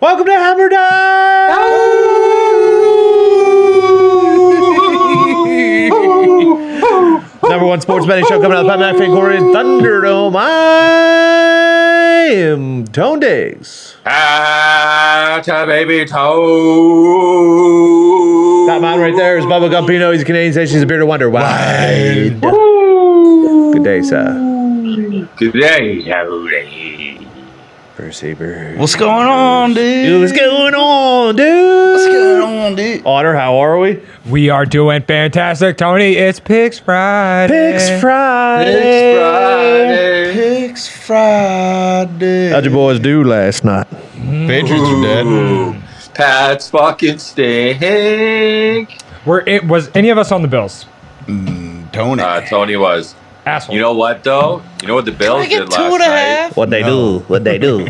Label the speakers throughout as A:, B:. A: Welcome to Hammer Time! Number one sports betting show coming out of the Pipeline Fangoria Thunderdome. I am Tone Days.
B: Atta baby toe.
A: That man right there is Bubba Gumpino. He's a Canadian station. He's a bearded wonder. Wide. Good day, sir.
B: Today, Tony.
A: Perceiver.
C: What's going on, dude?
A: Dude, what's going on, dude?
C: What's going on, dude?
A: Honor, how are we?
D: We are doing fantastic, Tony. It's Pigs Friday.
A: Picks Friday.
C: Picks Friday.
A: How'd your boys do last night?
C: Patriots are dead.
B: Ooh, Pats fucking stink.
D: Were it was any of us on the Bills?
C: Tony.
B: Uh, Tony was.
D: Asshole.
B: You know what though? You know what the Bills
C: I
B: did
C: get two
B: last
C: and a
B: night?
C: half.
A: What they do? What they do?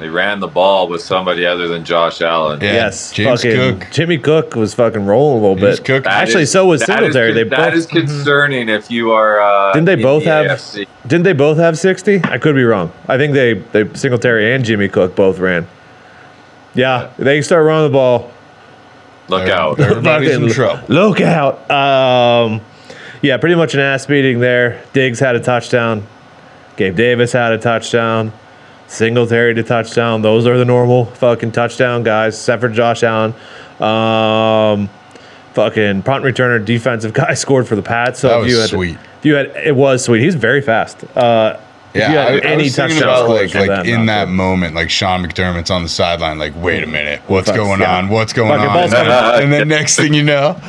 B: They ran the ball with somebody other than Josh Allen.
C: Yeah.
A: yes,
C: James
A: fucking
C: Cook.
A: Jimmy Cook was fucking rolling a little
C: He's
A: bit.
C: cooking.
B: That
A: Actually,
B: is-
A: so was
B: that is
A: Singletary. They
B: con- that
A: both- Mm-hmm.
B: is concerning if you are. Uh,
A: Didn't they
B: in
A: both
B: the
A: have?
B: AFC.
A: Didn't they both have sixty? I could be wrong. I think they they Singletary and Jimmy Cook both ran. Yeah, they start running the ball.
B: Look out!
C: Everybody's in
A: Fucking
C: trouble.
A: Look out! Um, yeah, pretty much an ass beating there. Diggs had a touchdown. Gabe Davis had a touchdown. Singletary to touchdown. Those are the normal fucking touchdown guys, except for Josh Allen. Um, fucking punt returner, defensive guy scored for the Pats. So
C: That
A: if
C: was
A: you had,
C: sweet.
A: If you had, it was sweet. He's very fast. Uh, if you had
C: I, I was thinking about
A: scores
C: like,
A: for
C: like
A: them,
C: in
A: uh,
C: that moment, like Sean McDermott's on the sideline, like, wait a minute, what's
A: Fuck,
C: going
A: yeah.
C: on? What's going
A: Fucking
C: on?
A: ball's
C: And then,
B: coming.
C: and then next thing you know,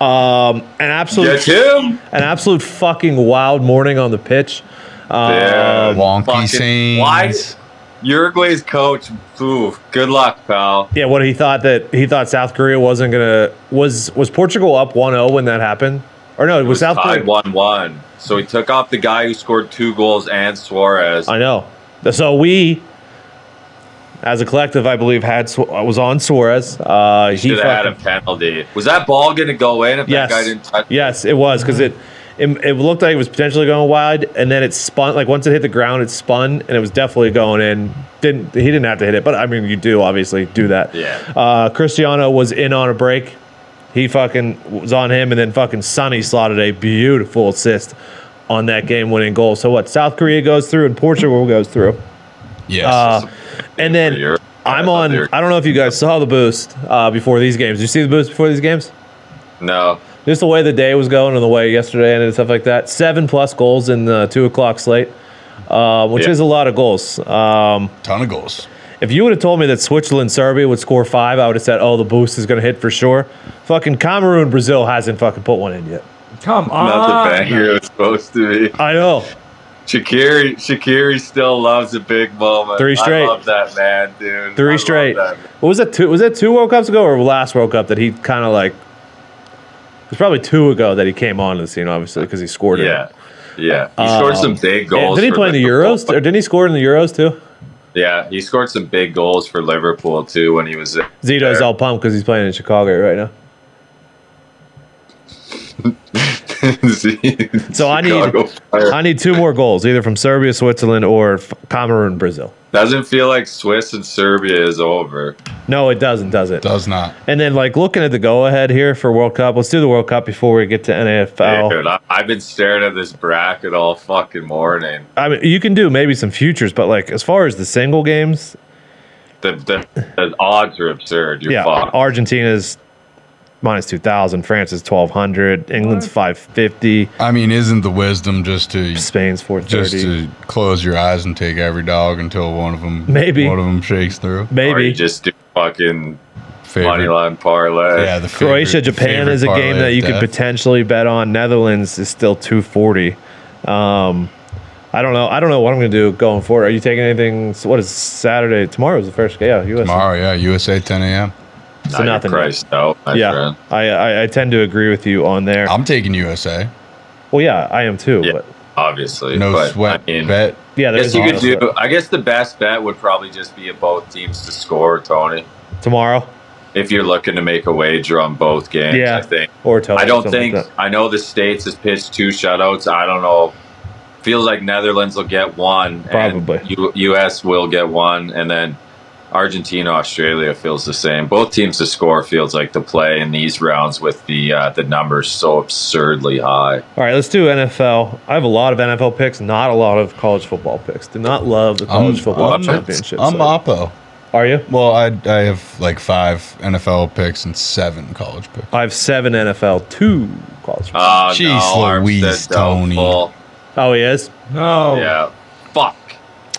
A: Um, an absolute,
B: Get him.
A: an absolute fucking wild morning on the pitch. Um,
B: Yeah.
C: wonky
B: Fucking-
C: scenes.
B: Uh, Why? Uruguay's coach. Ooh, good luck, pal.
A: Yeah, what he thought that he thought South Korea wasn't gonna was was Portugal up 1-0 when that happened, or no, it was,
B: It was
A: South
B: tied
A: Korea.
B: one one. So he took off the guy who scored two goals and Suarez.
A: I know. So we, as a collective, I believe had Su- was on Suarez. Uh, he
B: Should have had a
A: fucking,
B: penalty. Was that ball going to go in if that guy didn't
A: yes,
B: touch?
A: yes, it was because it, it it looked like it was potentially going wide, and then it spun. Like once it hit the ground, it spun, and it was definitely going in. Didn't he didn't have to hit it, but I mean, you do obviously do that.
B: Yeah.
A: Uh, Cristiano was in on a break. He fucking was on him, and then fucking Sonny slotted a beautiful assist on that game-winning goal. So what? South Korea goes through, and Portugal goes through.
C: Yes.
A: Uh, and then
B: For Europe.
A: I'm
B: I thought
A: on.
B: they were-
A: I don't know if you guys saw the boost uh, before these games. Did you see the boost before these games?
B: No.
A: Just the way the day was going and the way yesterday ended and stuff like that. Seven plus goals in the two o'clock slate, uh, which
B: Yeah.
A: is a lot of goals. Um,
C: Ton of goals.
A: if you would have told me that Switzerland Serbia would score five, I would have said, "Oh, the boost is going to hit for sure." Fucking Cameroon Brazil hasn't fucking put one in yet.
D: Come
A: Ah.
B: Not the
D: on.
B: banger it was supposed to be.
A: I know.
B: Shakiri, Shakiri still loves a big moment.
A: Three straight.
B: I love that man, dude. I
A: Three
B: love
A: straight.
B: that.
A: What was that? Two was that two World Cups ago or last World Cup that he kind of like? It was probably two ago that he came onto the scene, obviously, because he scored. in it.
B: Yeah. Yeah. He scored some big
A: Um, Yeah,
B: goals.
A: Did he
B: for
A: play in the
B: Liverpool.
A: Euros? Or didn't he score in the Euros too?
B: Yeah, he scored some big goals for Liverpool too when he was there.
A: Zito's all pumped because he's playing in Chicago right now. So I need-
B: Chicago Fire.
A: I need two more goals, either from Serbia, Switzerland, or f- Cameroon, Brazil.
B: Doesn't feel like Swiss and Serbia is over.
A: No, it doesn't, does it?
C: Does not.
A: And then, like, looking at the go ahead here for World Cup, let's do the World Cup before we get to NAFL.
B: Dude, I, I've been staring at this bracket all fucking morning.
A: I mean, you can do maybe some futures, but, like, as far as the single games,
B: The, the, the odds are absurd. You're
A: yeah, Oh,
B: fucked.
A: Argentina's minus 2,000, France is 1,200, England's 550,
C: I mean, isn't the wisdom just to
A: Spain's
C: just
A: 430.
C: to close your eyes and take every dog until one of them
A: Maybe.
C: one of them shakes through?
B: Or you
A: maybe.
B: just do fucking
C: Favorite-
B: money line parlay.
C: yeah, the favorite-
A: Croatia, Japan
C: favorite
A: is a
C: parlay
A: game that
C: of
A: you could
C: death.
A: potentially bet on. Netherlands is still 240. Um, I don't know. I don't know what I'm going to do going forward. Are you taking anything? so What is Saturday? Tomorrow is the first game. Yeah, US.
C: tomorrow. Yeah, USA 10 a.m.
A: So
B: Not your
A: nothing.
B: Christ, no, my
A: Yeah,
B: friend.
A: I, I I tend to agree with you on there.
C: I'm taking USA.
A: well, yeah, I am too.
B: Yeah.
A: But
B: Obviously.
C: No
B: but,
C: sweat
B: I mean,
C: bet.
A: yeah,
B: I guess
A: there's
B: you could do. I guess the best bet would probably just be both teams to score, Tony.
A: tomorrow
B: If you're looking to make a wager on both games,
A: Yeah.
B: I think.
A: or tomorrow.
B: I don't
A: something
B: think.
A: like that.
B: I know the states has pitched two shutouts. I don't know. Feels like Netherlands will get one. and
A: Probably.
B: U- U.S. will get one, and then Argentina, Australia feels the same. Both teams to score feels like the play in these rounds with the uh, the numbers so absurdly high.
A: All right, let's do NFL. I have a lot of NFL picks, not a lot of college football picks. Do not love the college football
C: I'm,
A: championship.
C: I'm
A: so-
C: Oppo.
A: Are you?
C: Well, I, I have like five NFL picks and seven college picks.
A: I have seven NFL, two college. football.
B: Uh,
C: Jeez
B: Armstead
C: Louise, Tony.
B: doubtful.
A: oh, he is.
D: No.
B: Yeah. Fuck.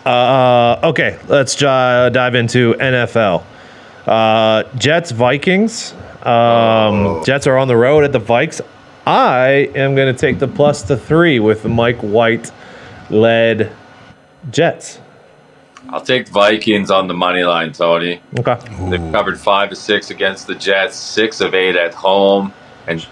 A: Uh, okay, let's uh, dive into NFL. Uh, Jets Vikings.
C: Oh.
A: Um, Jets are on the road at the Vikes. I am going to take the plus to three with the Mike White led Jets.
B: I'll take Vikings on the money line, Tony.
A: Okay.
B: They've covered five of six against the Jets, six of eight at home, and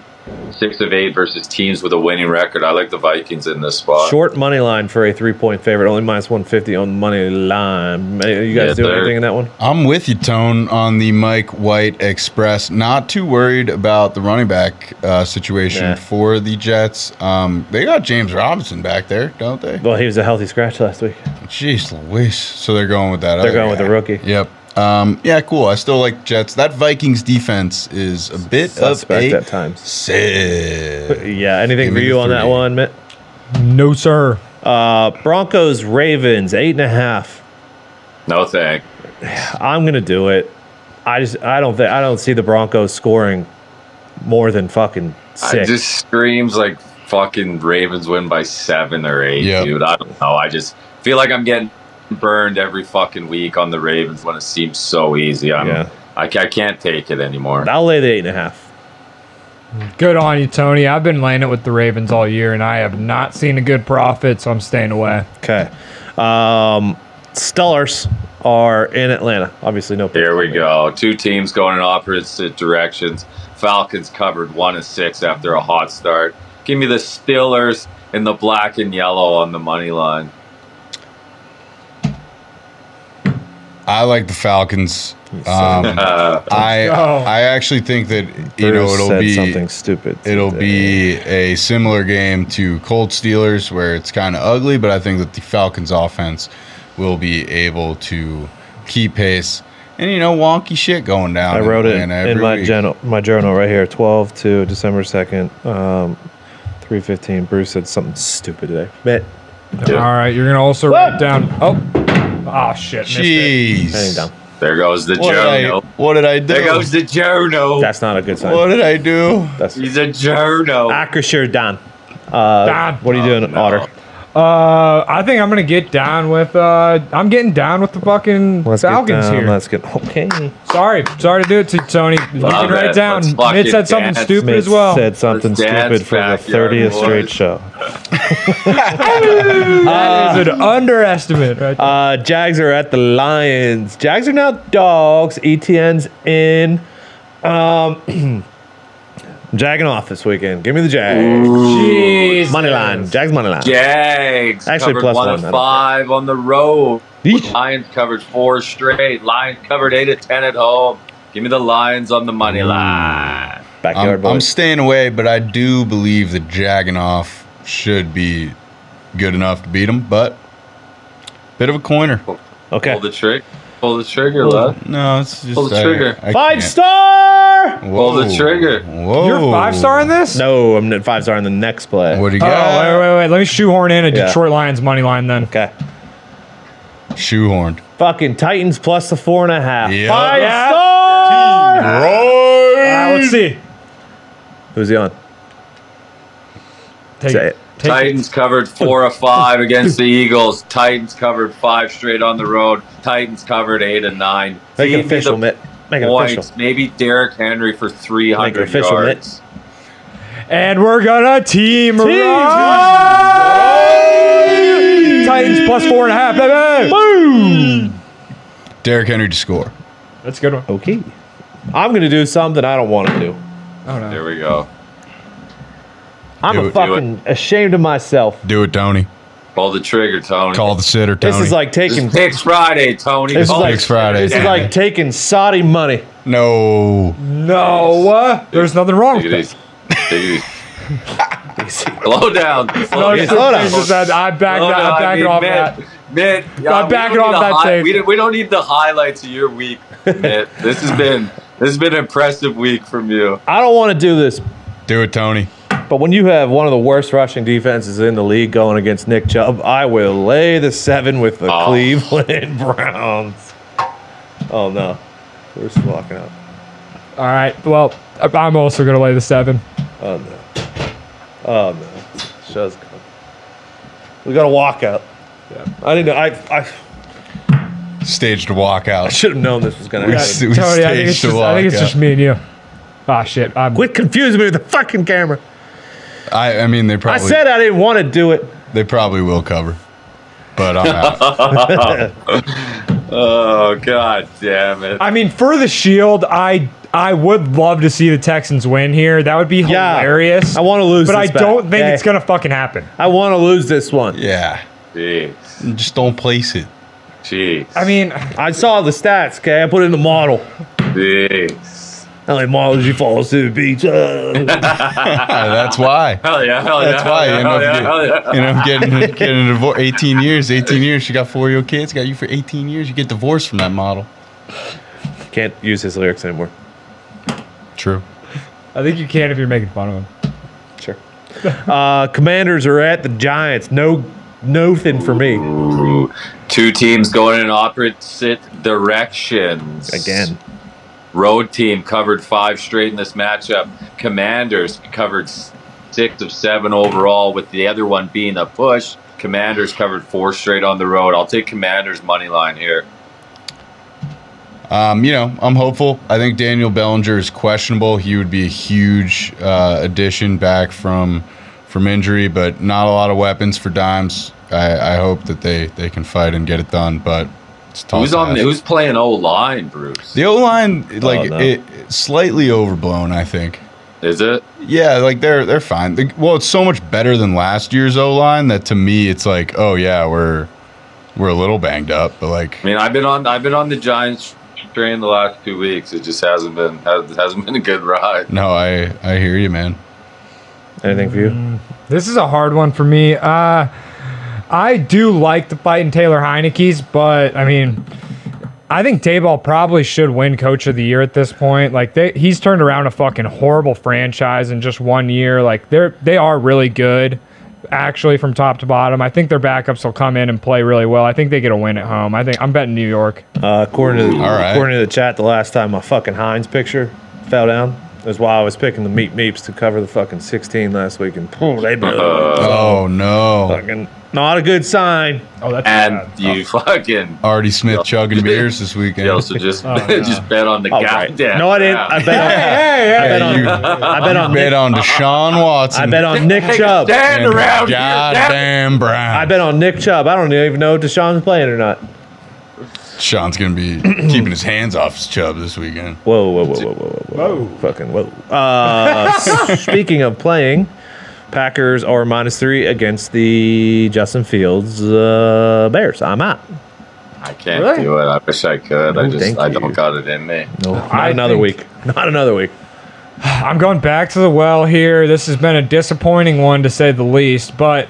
B: six of eight versus teams with a winning record. I like the Vikings in this spot.
A: Short money line for a three point favorite, only minus 150 on the money line. Uh, You guys
B: Yeah,
A: doing
B: they're-
A: anything in that one?
C: I'm with you, Tone, on the Mike White Express. Not too worried about the running back uh, situation
A: Nah.
C: for the Jets. Um, they got James Robinson back there, don't they?
A: Well, he was a healthy scratch last week.
C: Jeez Louise. So they're going with that.
A: They're
C: other
A: going with
C: guy.
A: the rookie.
C: Yep. Um, yeah, cool. I still like Jets. That Vikings defense is a bit
A: Suspect
C: of
A: at
C: a
A: times.
C: sieve.
A: Yeah, anything
C: Give
A: for
C: me
A: you
C: the
A: on that
C: three.
A: one, Mitt?
D: No, sir.
A: Uh, Broncos, Ravens, eight and a half.
B: No thank.
A: I'm gonna do it. I just I don't think I don't see the Broncos scoring more than fucking
B: I
A: six.
B: just screams like fucking Ravens win by seven or eight,
C: Yeah.
B: dude. I don't know. I just feel like I'm getting burned every fucking week on the Ravens when it seems so easy. I'm,
A: Yeah.
B: I, ca- I can't take it anymore.
A: I'll lay the eight and a half.
D: Good on you, Tony. I've been laying it with the Ravens all year, and I have not seen a good profit, so I'm staying away.
A: Okay. Um, Stellars are in Atlanta. Obviously, no.
B: Here we go. Two teams going in opposite directions. Falcons covered one and six after a hot start. Give me the Steelers in the black and yellow on the money line.
C: I like the Falcons. Um,
B: Uh,
C: I
D: go.
C: I actually think that you
A: Bruce
C: know it'll
A: said
C: be
A: something stupid.
C: it'll
A: today.
C: be a similar game to Colts Steelers where it's kind of ugly, but I think that the Falcons offense will be able to keep pace. And you know, wonky shit going down.
A: I wrote it
C: Atlanta
A: in
C: every
A: my
C: week.
A: journal. My journal right here. Twelve to December second. Um, three fifteen. Bruce said something stupid today. Mitt,
D: All right, you're gonna also write down. Oh, oh shit, missed it.
A: hang down.
C: Jeez.
B: there goes the
C: What did, I,
B: journal.
C: what did I do?
B: There goes the journal.
A: That's not a good sign.
C: What did I do?
A: That's
B: He's a journal.
A: Akershire Don. Uh,
D: Don.
A: What are you doing,
B: no.
A: Otter?
D: Uh, I think I'm gonna get down with. Uh, I'm getting down with the fucking Falcons
A: get down,
D: here.
A: Let's get okay.
D: Sorry, sorry to do it to you, Tony. You
B: Love
D: can write
B: it.
D: down.
B: Let's fucking
D: Mitt said something
B: dance,
D: stupid
A: Mate
D: as well.
A: said something
B: Let's dance
A: stupid for the
B: back,
A: thirtieth
B: young
A: straight
B: boys.
A: show.
D: that is an
A: Ah.
D: underestimate, right? there.
A: Uh, Jags are at the Lions. Jags are now dogs. ETN's in. Um, Jagging off this weekend. Give me the Jags.
D: Jeez.
A: Money line. Jags money line.
B: Jags
A: Actually,
B: covered
A: plus
B: one,
A: one, I
B: of
A: don't
B: five on the road.
A: Yeesh.
B: Lions covered four straight. Lions covered eight of ten at home. Give me the Lions on the money
A: Mm.
B: line.
A: Backyard
C: I'm, I'm
A: boys.
C: staying away, but I do believe that Jagonoff should be good enough to beat him. But bit of a coiner.
A: okay.
B: Pull the trick. Pull the trigger, love.
C: No, it's just
B: Pull the
C: I-
B: trigger.
C: I
A: Five
C: can't.
A: star.
B: Pull the trigger.
C: Whoa.
D: You're five star in this?
A: Oh. No, I'm not five star in the next play.
C: What do you
D: Oh,
C: got?
D: wait, wait, wait. Let me shoehorn in a
A: Yeah.
D: Detroit Lions money line then.
A: Okay.
C: Shoehorned.
A: Fucking Titans plus the four and a half.
C: Yep.
A: Five
D: Yeah.
A: star.
D: Ah, let's see.
A: Who's he on?
D: Take
A: Say it.
D: Take
B: Titans covered four of five against the Eagles. Titans covered five straight on the road. Titans covered eight and nine.
A: Make
B: Give me
A: it
B: the
A: official, Mitt. Make it
B: points.
A: official.
B: Maybe Derrick Henry for three
A: Make it
B: hundred
A: official, Mitt.
B: yards.
D: And we're gonna team,
A: Team
D: run! Titans plus four and a half, baby. Boom!
C: Derrick Henry to score.
D: That's a good one.
A: Okay. I'm gonna do something I don't want to do.
D: Oh no.
B: There we go.
A: I'm
C: Do
A: a
C: it, do
A: fucking ashamed of myself.
C: Do it, Tony.
B: Pull the trigger, Tony.
C: Call the sitter, Tony.
A: This is like
B: This
A: taking
B: is
A: this
B: Picks Friday, Tony.
A: This is
B: Call
A: like-
B: the
C: Next Friday.
A: is like taking Saudi money.
C: no.
D: No, uh, there's nothing wrong
B: Take
D: with
B: it
D: that.
B: easy. Take it easy. Slow down.
D: No,
B: Slow
D: it's
A: slow
B: down.
A: down.
D: just that I back
B: Slow
D: that.
B: down.
D: I back
B: mean,
D: off
B: Mitt,
D: that.
B: Mitt, yeah,
D: I'm
B: we
D: backing
B: don't need
D: off
B: the
D: that
B: hi-
D: take.
B: We, don't- we don't need the highlights of your week, Mitt. this has been this has been an impressive week from you.
A: I don't want to do this,
C: Do it, Tony.
A: but when you have one of the worst rushing defenses in the league going against Nick Chubb, I will lay the seven with the
B: Oh.
A: Cleveland Browns. Oh no, we're just walking up.
D: All right. Well, I'm also going to lay the seven.
A: Oh no. Oh no. Show's coming. We got to walk out. Yeah. I didn't. I I
C: Staged a walkout.
A: should have known this was gonna
C: We
A: happen.
C: s- we
D: Tony, I
C: staged
D: think it's,
C: a
D: just, I think it's
C: walkout.
D: just me and you. Ah, shit. I'm,
A: Quit confusing me with the fucking camera.
C: I, I mean, they
A: I
C: probably
A: said I didn't want to do it.
C: they probably will cover, but uh, I'm out.
B: Oh god damn it.
D: I mean, for the Shield, I I would love to see the Texans win here. That would be
A: Yeah.
D: hilarious.
A: I want to lose.
D: but I
A: this bet,
D: don't think
A: okay?
D: it's going to fucking happen.
A: I want to lose this one.
C: yeah,
B: Jeez.
C: just don't place it.
B: Jeez.
D: I mean,
A: I saw the stats. Okay, I put in the model.
B: Jeez.
A: How many models you follow to the beach? Uh,
C: Ah, that's why.
B: Hell yeah, hell yeah.
C: That's
B: hell
C: why
B: yeah,
C: you know,
B: hell yeah,
C: if you-
B: hell yeah.
C: you know, getting getting a divorce. 18 years, 18 years. She got four year old kids. Got you for 18 years. You get divorced from that model.
A: Can't use his lyrics anymore.
C: True.
D: I think you can if you're making fun of him.
A: Sure. Uh, commanders are at the Giants. No, nothing for me
B: Ooh. Two teams going in opposite directions.
A: again.
B: Road team covered five straight in this matchup. Commanders covered s- six of seven overall, with the other one being a push. Commanders covered four straight on the road. I'll take Commanders money line here.
C: Um, you know, I'm hopeful. I think Daniel Bellinger is questionable. He would be a huge uh, addition back from from injury, but not a lot of weapons for Dimes. I, I hope that they they can fight and get it done. But it's a tall
B: Who's on?
C: task.
B: Who's playing O line, Bruce?
C: the O line? Like
A: Oh, no.
C: it, slightly overblown, I think.
B: Is it?
C: Yeah, like they're they're fine. Like, well, it's so much better than last year's O line that to me it's like, oh yeah, we're we're a little banged up, but like
B: I mean, I've been on. I've been on the Giants train the last two weeks. It just hasn't been has, hasn't been a good ride.
C: no, I I hear you, man.
A: Anything for you?
D: This is a hard one for me. Uh, I do like the fight in Taylor Heineke's, but I mean, I think Dayball probably should win Coach of the Year at this point. Like they, he's turned around a fucking horrible franchise in just one year. Like they're they are really good, actually from top to bottom. I think their backups will come in and play really well. I think they get a win at home. I think I'm betting New York.
A: Uh, according to
C: All right.
A: according to the chat, the last time my fucking Heinz picture fell down is why I was picking the meat meeps to cover the fucking 16 last week, and pooh, they blew.
C: Oh no.
A: Fucking not a good sign.
D: Oh, that's
B: And you
A: oh.
B: fucking
C: Artie Smith chugging beers this weekend.
B: you also just
D: no.
B: just bet on the
A: All right.
B: goddamn.
A: No, I didn't. I bet on. I bet on.
C: you-
A: I bet on.
C: bet
A: Nick,
C: on Deshaun Watson.
A: I bet on Nick Chubb.
B: Stand
C: and
B: around here. That-
C: goddamn Brown.
A: I bet on Nick Chubb. I don't even know if Deshaun's playing or not.
C: Sean's gonna be keeping his hands off his Chubb this weekend.
A: Whoa, whoa, whoa, whoa, whoa, whoa, whoa.
D: Whoa.
A: fucking whoa. Uh, s- speaking of playing, Packers are minus three against the Justin Fields uh, Bears. I'm out.
B: I can't
D: Really?
B: do it. I wish I could. I
A: No,
B: just
A: thank
B: I
A: you.
B: don't got it in me.
A: No, not
D: I
A: another
D: think-
A: week. Not another week.
D: I'm going back to the well here. This has been a disappointing one to say the least, but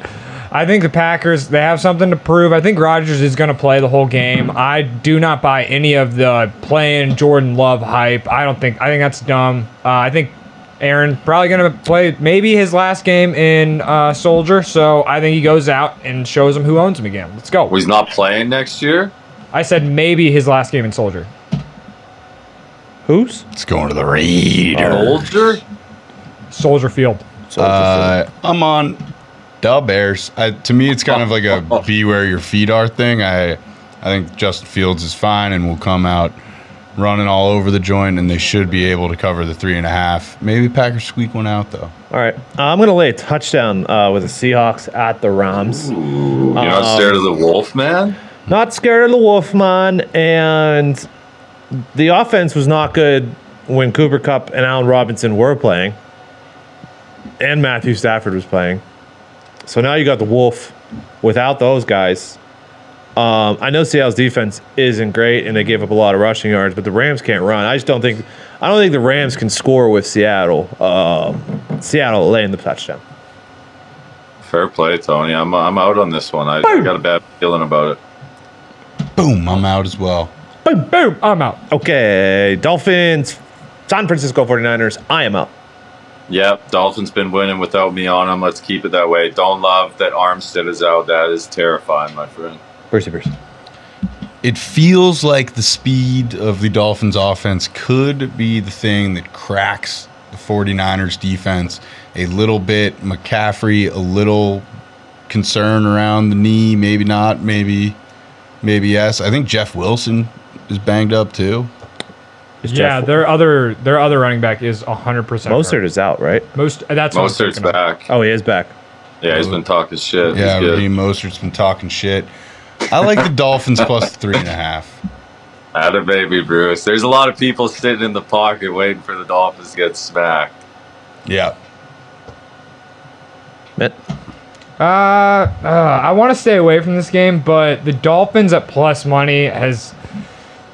D: I think the Packers they have something to prove. I think Rodgers is going to play the whole game. I do not buy any of the playing Jordan Love hype. I don't think I think that's dumb. Uh, I think Aaron probably going to play maybe his last game in uh, Soldier, so I think he goes out and shows him who owns him again. Let's go.
B: Well, he's not playing next year.
D: I said maybe his last game in Soldier.
A: Who's?
C: It's going to the
A: Uh, Oh,
C: Raiders.
B: Soldier.
D: Soldier Field.
C: Uh, I'm on the Bears. I, to me, it's kind of like a be where your feet are thing. I, I think Justin Fields is fine and will come out running all over the joint, and they should be able to cover the three and a half. Maybe Packers squeak one out though.
A: All right. I'm going to lay a touchdown uh, with the Seahawks at the Rams.
B: You're not
A: um,
B: scared of the Wolf Man.
A: Not scared of the Wolfman, and the offense was not good when Cooper Cup and Allen Robinson were playing, and Matthew Stafford was playing. So now you got the Wolf without those guys. Um, I know Seattle's defense isn't great, and they gave up a lot of rushing yards, but the Rams can't run. I just don't think I don't think the Rams can score with Seattle. Um, Seattle laying the touchdown.
B: Fair play, Tony. I'm I'm out on this one. I, I got a bad feeling about it.
C: boom, I'm out as well.
D: Boom, boom, I'm out.
A: Okay, Dolphins, San Francisco 49ers. I am out.
B: Yep, Dolphins been winning without me on them. Let's keep it that way. Don't love that Armstead is out. That is terrifying, my friend.
A: Percy, Percy.
C: It feels like the speed of the Dolphins offense could be the thing that cracks the 49ers defense a little bit. McCaffrey, a little concern around the knee, maybe not, maybe, maybe yes. I think Jeff Wilson is banged up too.
A: It's
D: Yeah,
A: Jeff-
D: their other their other running back is hundred percent.
A: Mostert is out, right?
D: Most that's what I'm
B: Mostert's
D: thinking of.
B: back.
A: Oh, he is back.
B: Yeah, he's been talking shit.
C: Yeah,
B: he's good.
C: Raheem Mostert's been talking shit. I like the Dolphins plus three and a half.
B: Atta baby, Bruce. There's a lot of people sitting in the pocket waiting for the Dolphins to get smacked.
C: Yeah.
A: Matt?
D: Uh, uh, I want to stay away from this game, but the Dolphins at plus money has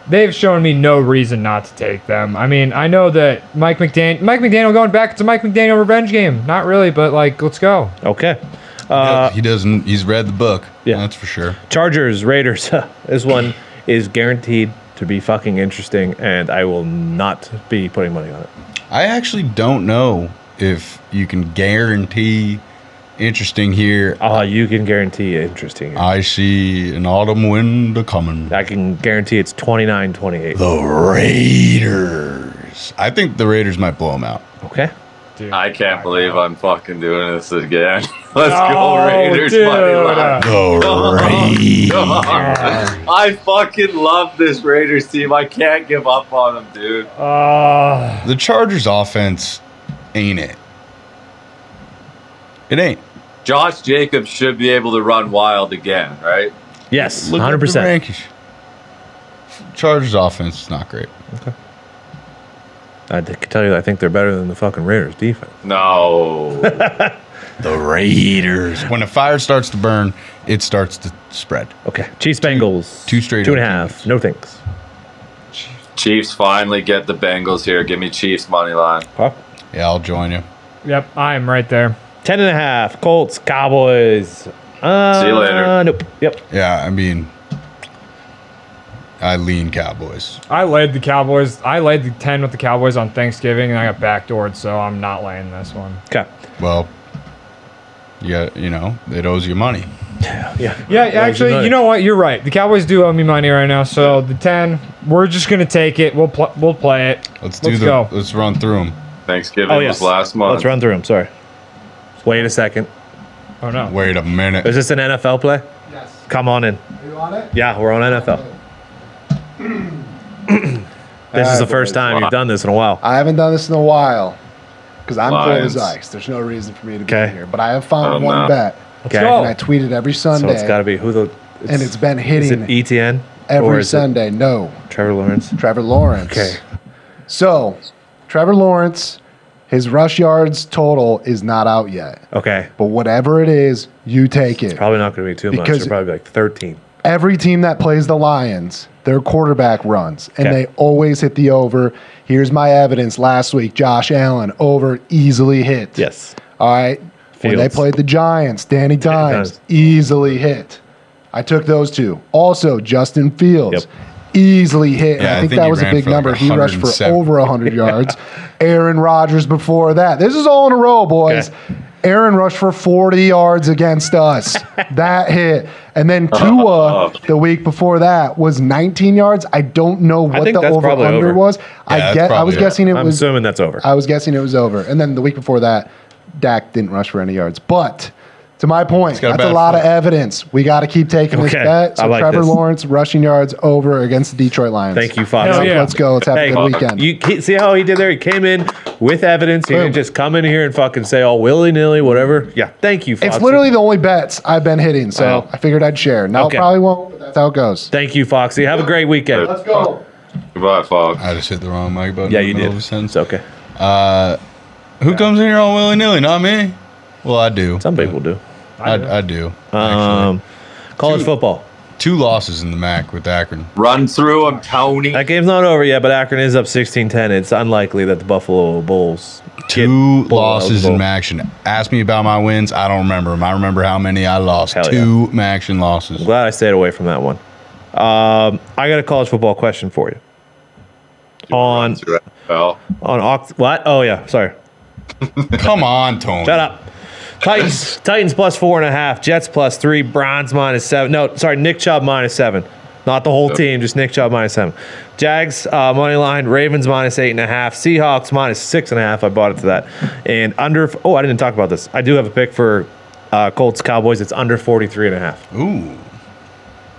D: they've shown me no reason not to take them. I mean, I know that Mike McDaniel, Mike McDaniel going back. It's a Mike McDaniel revenge game. Not really, but like, let's go.
A: Okay. Uh,
C: he doesn't. He's read the book.
A: Yeah.
C: that's for sure.
A: Chargers, Raiders. this one is guaranteed to be fucking interesting, and I will not be putting money on it.
C: I actually don't know if you can guarantee interesting here.
A: Ah, you can guarantee interesting.
C: I see an autumn wind a coming.
A: I can guarantee it's 29 28.
C: The Raiders. I think the Raiders might blow them out.
A: Okay.
B: I can't believe I'm fucking doing this again. Let's
D: Oh,
B: go, Raiders.
D: dude.
B: Money line.
C: The
B: Come on. I fucking love this Raiders team. I can't give up on them, dude.
D: Uh,
C: Raiders. The Chargers offense ain't it. It ain't.
B: Josh Jacobs should be able to run wild again, right?
A: Yes,
C: Look at the
A: 100%.
C: rankings. Chargers offense is not great.
A: I can tell you, I think they're better than the fucking Raiders defense.
B: No.
C: The Raiders. When a fire starts to burn, it starts to spread.
A: Okay. Chiefs, Bengals.
C: two straight
A: Two and a
C: OTAs.
A: half. No thanks.
B: Chiefs finally get the Bengals here. Give me Chiefs money line.
A: Pop.
C: Yeah, I'll join you.
D: yep, I am right there.
A: Ten and a half. Colts, Cowboys. Uh,
B: See you later.
A: Nope. Yep.
C: Yeah, I mean, I lean Cowboys.
D: I laid the Cowboys. I laid the ten with the Cowboys on Thanksgiving, and I got backdoored, so I'm not laying this one.
A: Okay.
C: Well, yeah, you know, it owes you money.
A: Yeah.
D: Yeah,
A: That was
D: actually,
A: another-
D: you know what? You're right. The Cowboys do owe me money right now, so the ten, we're just gonna take it. We'll pl- we'll play it.
C: Let's do
D: Let's
C: the.
D: go.
C: Let's run through them.
B: Thanksgiving
A: Oh, yes.
B: was last month.
A: Let's run through them. Sorry. Wait a second.
D: Oh no!
C: Wait a minute.
A: Is this an NFL play?
E: Yes.
A: Come on in.
E: Are you on it?
A: Yeah, we're on NFL. This is the first time you've done this in a while.
E: I haven't done this in a while because I'm
B: Lions.
E: closed ice. There's no reason for me to be
A: Okay. Um,
E: here. But I have found
B: Oh,
E: one
B: no.
E: bet,
A: Okay.
D: go.
E: and I tweet it every
A: So
E: Sunday,
A: it's got to be who the.
E: and it's been
A: Is it
E: hitting
A: ETN? or
E: every
A: is it
E: Sunday. No,
A: Trevor Lawrence.
E: Trevor Lawrence.
A: Okay.
E: So, Trevor Lawrence, his rush yards total is not out yet.
A: Okay.
E: But whatever it is, you take it.
A: Probably not going to be too much.
E: Because-
A: They're probably like 13.
E: every team that plays the Lions, their quarterback runs, and
A: Okay.
E: they always hit the over. Here's my evidence last week Josh Allen, over, easily hit.
A: Yes.
E: All right. When they
A: Fields.
E: played the Giants, Danny Dimes,
A: Dimes.
E: easily hit. I took those two. Also, Justin Fields. Easily hit. and
C: Yeah,
E: I, think that
C: he
E: was a
C: ran
E: big
C: for like
E: number. he rushed for
C: 107.
E: over 100 yards. Aaron Rodgers before that. This is all in a row, boys. Aaron rushed for 40 yards against us. that hit. And then
A: Oh.
E: Tua the week before that was 19 yards. I don't know what
A: think
E: the
A: that's
E: over
A: probably
E: under
A: over.
E: was. I
C: that's
E: get I
C: probably
E: was
C: it.
E: guessing it
A: I'm
E: was
A: assuming that's over.
E: I was guessing it was over. And then the week before that, Dak didn't rush for any yards. But to my point,
C: got a
E: that's a
C: bad
E: lot of
C: foot.
E: evidence. We got to keep taking
A: Okay,
E: this bet.
A: I
E: So
A: like
E: Trevor
A: this.
E: Lawrence rushing yards over against the Detroit Lions.
A: Thank you, Fox.
D: Hell yeah.
E: Let's go. Let's have
A: Hey,
E: a good weekend.
A: You ke- see how he did there? He came in with evidence. He
E: Boom.
A: didn't just come in here and fucking say all willy nilly, whatever. Yeah. Thank you, Foxy.
E: it's literally the only bets I've been hitting, so
A: Wow.
E: I figured I'd share. Now
A: Oh. Okay.
E: it probably won't, but that's how it goes.
A: Thank you, Foxy. Have a great weekend.
E: Let's go.
B: Goodbye, folks.
C: I just hit the wrong mic button.
A: Yeah,
C: in the
A: you
C: middle
A: did.
C: of a sentence.
A: It's okay.
C: Who comes in here all willy nilly? Not me. Well, I do.
A: Some people do.
C: I, I do. actually.
A: Um, college
C: Two-
A: football.
C: Two losses in the MAC with Akron.
B: Run through them, Tony.
A: That game's not over yet, but Akron is up 16-10. It's unlikely that the Buffalo Bulls get
C: Two
A: bowl
C: losses in
A: eligible.
C: MACtion. Ask me about my wins. I don't remember them. I remember how many I lost.
A: Hell yeah.
C: Two MACtion losses.
A: Glad I stayed away from that one. Um, I got a college football question for you. On
B: Well,
A: on Oct- what? Oh yeah, sorry.
C: Come on, Tony.
A: Shut up. Titans Titans plus four and a half. Jets plus three. Bronze minus seven. No, sorry. Nick Chubb minus seven. Not the whole team, just Nick Chubb minus seven. Jags uh, money line. Ravens minus eight and a half. Seahawks minus six and a half. I bought it to that. And under. Oh, I didn't talk about this. I do have a pick for uh, Colts Cowboys. It's under 43 and a half.
C: Ooh.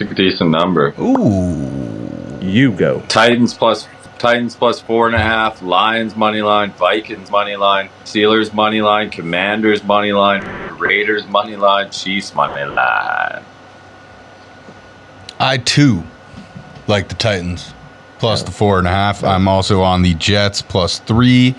B: a decent number.
C: Ooh.
A: You go.
B: Titans plus Titans plus four and a half, Lions money line, Vikings money line, Steelers money line, Commanders money line, Raiders money line, Chiefs money line.
C: I too like the Titans plus the four and a half. I'm also on the Jets plus three,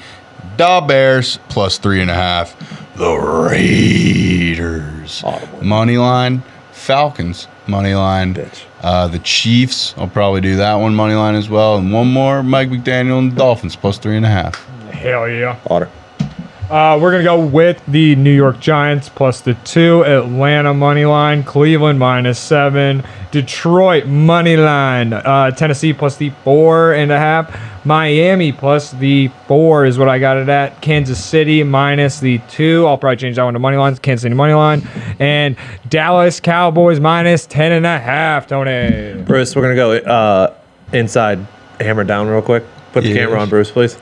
C: the Bears plus three and a half, the Raiders money line, Falcons money line,
A: Bitch.
C: uh, the Chiefs. I'll probably do that one money line as well, and one more Mike McDaniel and the Dolphins plus three and a half.
D: Hell yeah.
A: Otter.
D: Uh, we're gonna go with the New York Giants plus the two, Atlanta money line, Cleveland minus seven, Detroit money line, uh, Tennessee plus the four and a half, Miami plus the four is what I got it at, Kansas City minus the two. I'll probably change that one to money line, Kansas City money line, and Dallas Cowboys minus ten and a half. Tony,
A: Bruce, we're gonna go uh, inside. Hammer down real quick. Put the
C: Yes.
A: camera on, Bruce, please.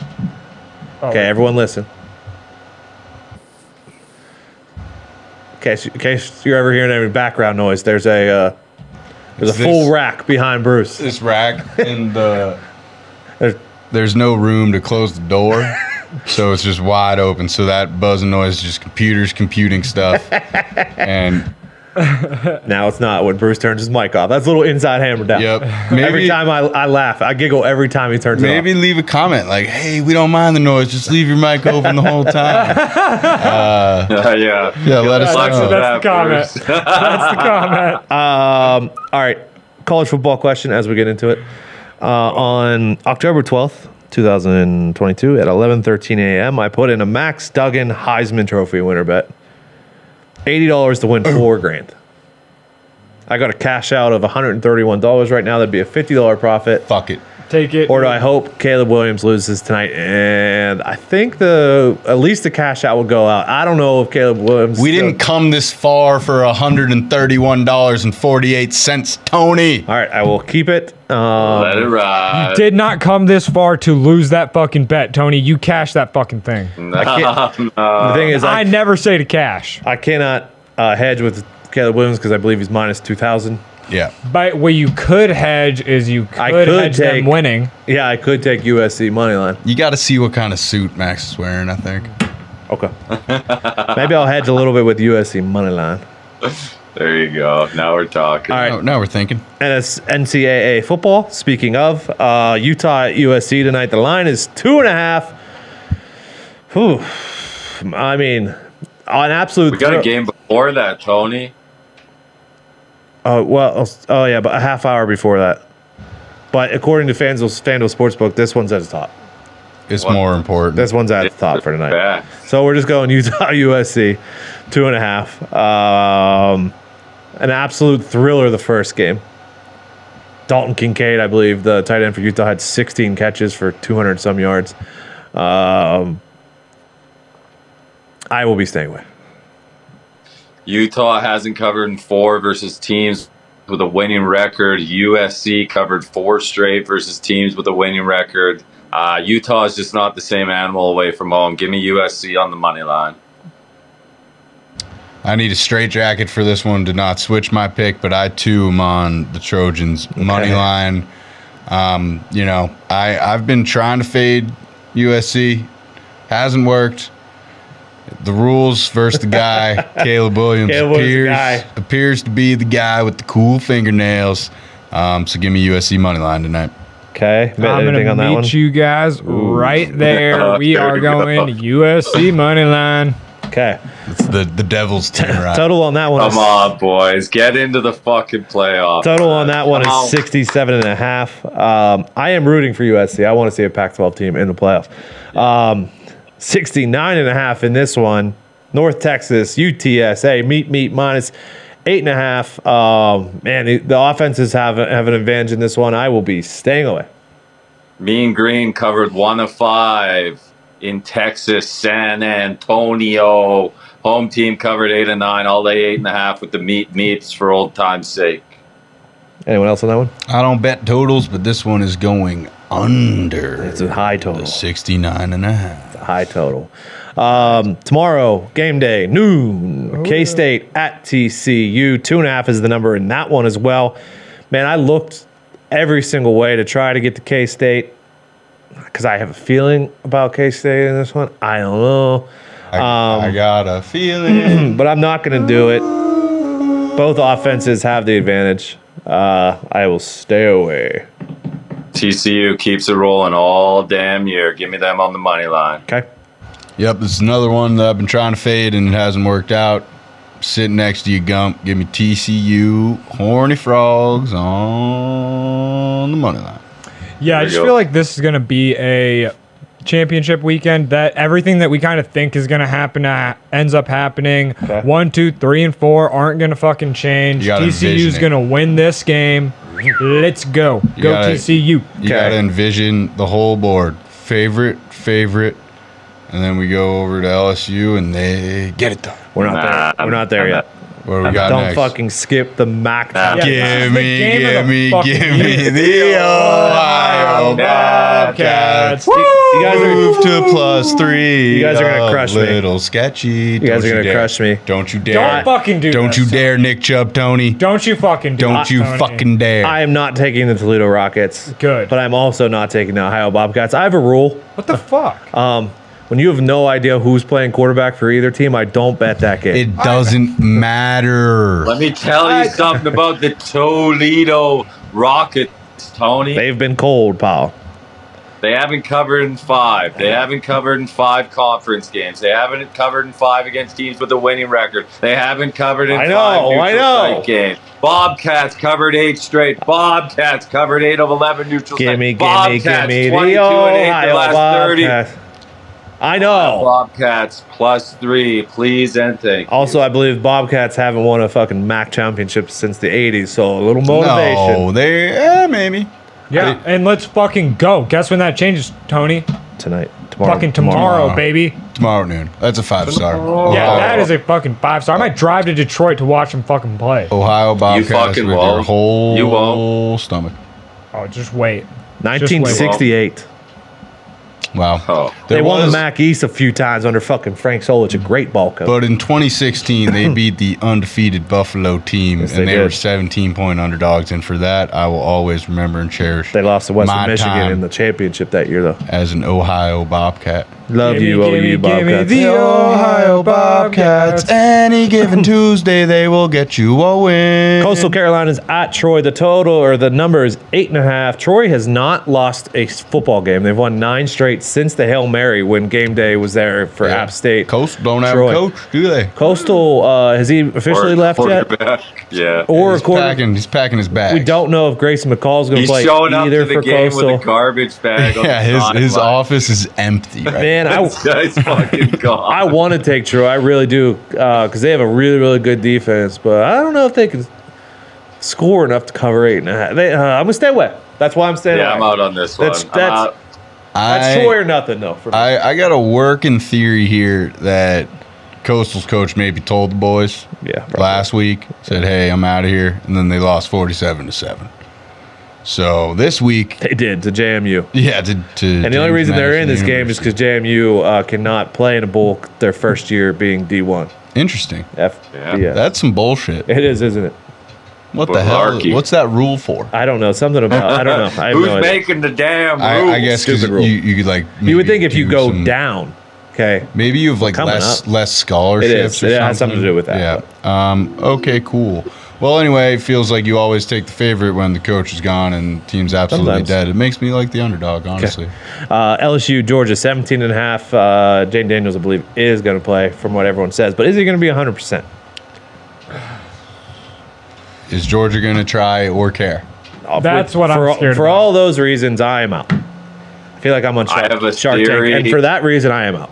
A: Okay, everyone, listen. In case, in case you're ever hearing any background noise, there's a uh, there's a
C: Is this-
A: full rack behind Bruce.
C: This rack and the.
A: There's,
C: there's no room to close the door. so it's just wide open. So that buzzing noise is just computers computing stuff. and
A: now it's not when Bruce turns his mic off. That's a little inside hammer down.
C: yep.
A: every time I, I laugh, I giggle every time he turns
C: maybe
A: it off.
C: leave a comment like, hey, we don't mind the noise. Just leave your mic open the whole time.
B: yeah, yeah.
C: Yeah, let us
B: Lots of
C: know.
D: That's the
B: rappers.
D: that's the comment.
A: Um, all right, college football question as we get into it. Uh, on October 12th, 2022, at 11:13 a.m., I put in a Max Duggan Heisman Trophy winner bet. eighty dollars to
C: Oh.
A: win four grand. I got a cash out of one hundred and thirty-one dollars right now. That'd be a fifty dollar profit.
C: Fuck it.
D: Take it.
A: Or do I hope Caleb Williams loses tonight? And I think the at least the cash out will go out. I don't know if Caleb Williams.
C: We didn't come this far for $131.48, Tony.
A: All right, I will keep it. Um,
B: Let it ride.
D: did not come this far to lose that fucking bet, Tony. You cash that fucking thing.
A: I can't, the thing is,
D: I
A: I,
D: never say to cash.
A: I cannot uh, hedge with Caleb Williams because I believe he's minus two thousand.
C: Yeah.
D: But what you could hedge is you could,
A: I could
D: hedge
A: take-
D: them winning.
A: Yeah, I could take USC money line.
C: You got to see what kind of suit Max is wearing, I think.
A: Okay, maybe I'll hedge a little bit with USC money line.
B: there you go. Now we're talking.
A: All right.
C: Oh, now we're thinking.
A: And it's NCAA football. Speaking of uh, Utah at USC tonight, the line is two and a half. Whew. I mean, an absolute.
B: We got a
A: thrill-
B: game before that, Tony.
A: Oh well. Oh yeah, but a half hour before that. But according to FanDuel, FanDuel Sportsbook, this one's at the top.
C: It's
B: What?
C: more important.
A: This one's at the top for tonight.
B: Back.
A: So we're just going Utah USC, two and a half. Um, an absolute thriller the first game. Dalton Kincaid, I believe the tight end for Utah had 16 catches for 200 some yards. Um, I will be staying away.
B: Utah hasn't covered in four versus teams with a winning record. USC covered four straight versus teams with a winning record. Uh, Utah is just not the same animal away from home. Give me USC on the money line.
C: I need a straight jacket for this one. Did not switch my pick, but I too am on the Trojans money
A: Okay.
C: line. Um, you know, I I've been trying to fade USC, hasn't worked. The rules versus the guy Caleb Williams
A: Caleb Williams is the
C: appears
A: guy.
C: appears to be the guy with the cool fingernails. Um, so give me USC money line tonight.
A: Okay, bet
D: I'm
A: anything
D: gonna
A: on that
D: meet
A: one.
D: you guys right there. We
B: There
D: are
B: you go.
D: going USC money line.
A: Okay,
C: It's the the Devil's team, right?
A: total on that one.
B: Come
A: is-
B: on, boys. Get into the fucking playoff.
A: Total on that one
B: Uh, Come on.
A: is 67 and a half. Um, I am rooting for USC. I want to see a Pac 12 team in the playoffs. Um, 69 and a half in this one. North Texas, UTSA, meet, meet, minus Eight and a half. Um, man, the- the offenses have, have an advantage in this one. I will be staying away.
B: Mean Green covered one of five in Texas, San Antonio. Home team covered eight and nine. I'll lay eight and a half with the meat meats for old time's sake.
A: Anyone else on that one?
C: I don't bet totals, but this one is going under.
A: It's a high total.
C: The 69 and a half.
A: high total. Um, tomorrow, game day, noon, K State at TCU. Two and a half is the number in that one as well. Man, I looked every single way to try to get to K State because I have a feeling about K State in this one. I don't know,
C: I, I got a feeling.
A: but I'm not going to do it. Both offenses have the advantage. Uh, I will stay away.
B: TCU keeps it rolling all damn year. Give me them on the money line.
A: Okay.
C: yep, this is another one that I've been trying to fade and it hasn't worked out. Sitting next to you, Gump. Give me TCU, Horny Frogs on the money line.
D: Yeah,
B: There
D: I
B: you
D: just
B: go.
D: feel like this is going to be a championship weekend that everything that we kind of think is going to happen uh, ends up happening. One, two, three, and four aren't going to fucking change.
C: You gotta
D: TCU's
C: envision it.
D: going to win this game. Let's go.
C: You
D: Go
C: gotta-
D: TCU.
C: You got to envision the whole board. Favorite, favorite. And then we go over to LSU and they get it done.
A: We're not
B: Nah,
A: there. We're not there yet.
C: What do we got
A: Don't
C: next?
A: fucking skip the Mac.
B: Nah.
D: Yeah, this
C: Give
D: is the
C: me,
D: game of
C: give
D: the
C: me,
D: fucking
C: give me
D: year.
C: the Ohio
D: Bobcats.
C: Bobcats.
A: You guys are
C: Move to plus three.
A: You guys are gonna
C: A
A: crush me.
C: Little sketchy. You
A: guys are gonna crush me.
C: Don't you dare.
D: Don't fucking do
C: Don't
D: this.
C: you dare, Nick Chubb, Tony.
D: Don't you fucking do
C: Don't
D: it,
C: you
D: Tony.
C: fucking dare.
A: I am not taking the Toledo Rockets.
D: Good.
A: But I'm also not taking the Ohio Bobcats. I have a rule.
D: What the fuck?
A: Um, when you have no idea who's playing quarterback for either team, I don't bet that game.
C: it doesn't matter.
B: Let me tell you something about the Toledo Rockets, Tony.
A: They've been cold, pal.
B: They haven't covered in five. They haven't covered in five conference games. They haven't covered in five against teams with a winning record. They haven't covered in
A: I
B: five
A: know,
B: neutral
A: I know.
B: site games. Bobcats covered eight straight. Bobcats covered eight of eleven neutral. site.
A: Gimme, gimme,
B: Bobcats,
A: gimme
B: 22
A: the
B: and eight the
A: Ohio
B: last thirty.
A: Bobcats. I know.
B: Bobcats plus three, please and thank. you.
A: Also, I believe Bobcats haven't won a fucking MAC championship since the 80s, so a little motivation
C: No, they, eh, maybe.
D: Yeah, and let's fucking go. Guess when that changes, Tony?
A: tonight, tomorrow.
D: fucking tomorrow,
C: Tomorrow.
D: baby.
C: Tomorrow noon. That's a five star.
D: Yeah, that is a fucking five star. I might drive to Detroit to watch him fucking play.
C: Ohio Bobcats
B: fucking
C: with your
B: won't.
C: whole
B: You
C: stomach.
D: Oh, just wait.
A: 1968.
C: Wow.
B: Oh.
A: They
C: There
A: won the
C: was-
A: MAC East a few times under fucking Frank Solich, a great ball coach.
C: But in 2016, they beat the undefeated Buffalo team,
A: Yes,
C: and
A: they
C: they were
A: did.
C: 17 point underdogs. And for that, I will always remember and cherish
A: They lost to Western
C: My
A: Michigan
C: time.
A: in the championship that year, though.
C: as an Ohio Bobcat.
A: Love
D: Gimme,
A: you,
D: gimme,
A: OU
D: gimme
A: Bobcats.
D: the Ohio Bobcats.
C: Any given Tuesday, they will get you a win.
A: Coastal Carolina's at Troy. The total or the number is eight and a half. Troy has not lost a s- football game. They've won nine straight since the Hail Mary when game day was there for
C: Yeah.
A: App State.
C: Coast don't have
A: Troy.
C: a coach, do they?
A: Coastal uh, has he officially
B: Or
A: left yet,
B: quarterback. Yeah.
A: or
C: He's
A: of course
C: packing, he's packing his bag.
A: we don't know if Grayson McCall is going
B: He's
A: play
B: showing up
A: either
B: to the
A: for
B: game
A: Coastal.
B: with a garbage bag. on
C: Yeah,
B: the
C: his, his
B: sideline.
C: office is empty right
A: Man, I,
B: This guy's fucking gone.
A: I want to take Troy. I really do because they have a really, really good defense. But I don't know if they can score enough to cover eight and a half. They, uh, I'm gonna stay away. That's why I'm staying
B: Yeah,
A: away.
B: I'm out on this
A: That's-
B: one.
A: that's-
B: I'm out.
A: That's
C: I-
A: Troy or nothing though. For me.
C: I, I got a working theory here that Coastal's coach maybe told the boys
A: Yeah, probably.
C: last week, said, hey, I'm out of here. And then they lost 47 to 7. So this week,
A: they did to JMU.
C: yeah, to. to
A: And the only reason they're in this game is because JMU uh, cannot play in a bowl their first year being D1.
C: Interesting.
A: F-
B: Yeah.
A: yeah.
C: That's some bullshit.
A: it is, isn't it?
C: What the hell?
B: Malarkey.
C: What's that rule for?
A: I don't know. Something about I don't know. I have
B: Who's
A: no idea.
B: making the damn rules?
C: I, I guess 'cause
A: Stupid
C: you,
A: rule.
C: you could like.
A: you would
C: maybe
A: think if you
C: do
A: go
C: some-
A: down, okay,
C: Maybe you have like
A: Coming
C: less
A: up.
C: less scholarships.
A: It is.
C: Or
A: It has something to do with that,
C: Yeah. Um, okay. Cool. Well, anyway, it feels like you always take the favorite when the coach is gone and team's absolutely
A: Sometimes.
C: dead. It makes me like the underdog, honestly.
A: Uh, LSU, Georgia, 17 and a half. Uh, Jane Daniels, I believe, is going to play from what everyone says. But is he going to be 100%?
C: Is Georgia going to try or care?
A: Uh, for-
D: That's what I'm
A: for,
D: scared
A: For
D: about.
A: all those reasons, I am out. I feel like I'm on Shark,
B: have a
A: Shark Tank.
B: theory.
A: And for that reason, I am out.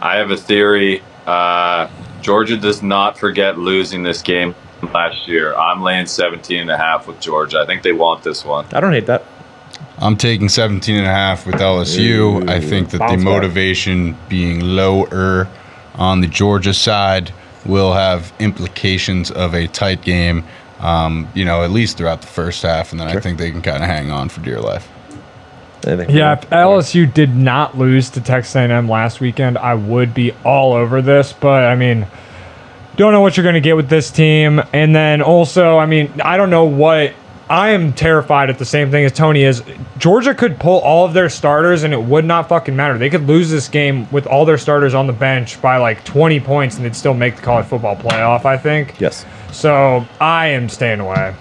B: I have a theory. Uh, Georgia does not forget losing this game. last year. I'm laying 17 and a half with Georgia. I think they want this one.
A: I don't hate that.
C: I'm taking 17 and a half with LSU. I think that the
D: bounce back.
C: motivation being lower on the Georgia side will have implications of a tight game, um, you know, at least throughout the first half. And then I think they can kind of hang on for dear life.
A: Anything
D: Yeah,
A: for
D: if LSU did not lose to Texas A&M last weekend, I would be all over this. But I mean, don't know what you're going to get with this team. And then also, I mean, I don't know what. I am terrified at the same thing as Tony is. Georgia could pull all of their starters and it would not fucking matter. They could lose this game with all their starters on the bench by like 20 points and they'd still make the college football playoff, I think.
A: Yes.
D: So I am staying away.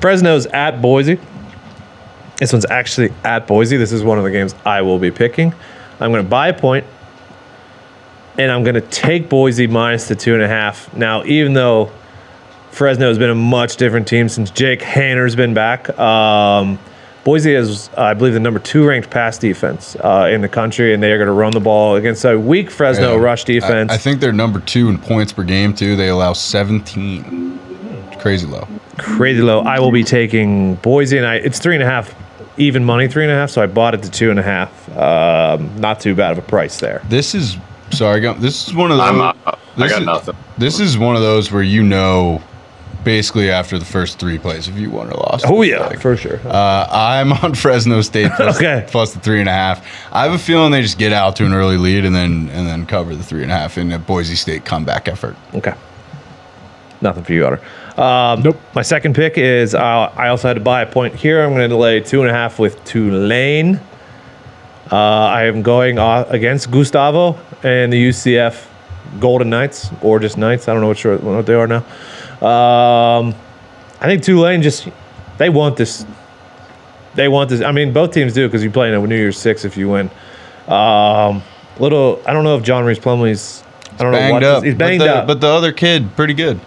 A: Fresno's at Boise. This one's actually at Boise. This is one of the games I will be picking. I'm going to buy a point, and I'm going to take Boise minus the two and a half. Now, even though Fresno has been a much different team since Jake Hanner's been back, um, Boise is, I believe, the number two ranked pass defense uh, in the country, and they are going to run the ball against a weak Fresno
C: Yeah.
A: rush defense.
C: I, I think they're number two in points per game, too. They allow 17. It's Crazy low.
A: crazy low. I will be taking Boise, and I it's three and a half, even money three and a half. So I bought it to two and a half. Um, not too bad of a price there.
C: This is sorry. go- This is one of those.
B: I'm out. I
C: this
B: got
C: is-
B: nothing.
C: This is one of those where you know, basically after the first three plays, if you won or lost.
A: Oh,
C: Like,
A: for sure.
C: Uh, I'm on Fresno State plus,
A: Okay.
C: plus the three and a half. I have a feeling they just get out to an early lead and then and then cover the three and a half in a Boise State comeback effort.
A: Okay. Nothing for you, Otter. Um, nope. My second pick is uh, I also had to buy a point here. I'm going to lay two and a half with Tulane. Uh, I am going uh, against Gustavo and the UCF Golden Knights, or just Knights. I don't know what, sure, what they are now. Um, I think Tulane just they want this. They want this. I mean, both teams do because you play in a New Year's Six if you win. Um, little, I don't know if John Reese Plumlee's. I don't know
C: Banged
A: what
C: up.
A: he's banged
C: but the,
A: up.
C: But the other kid, pretty good.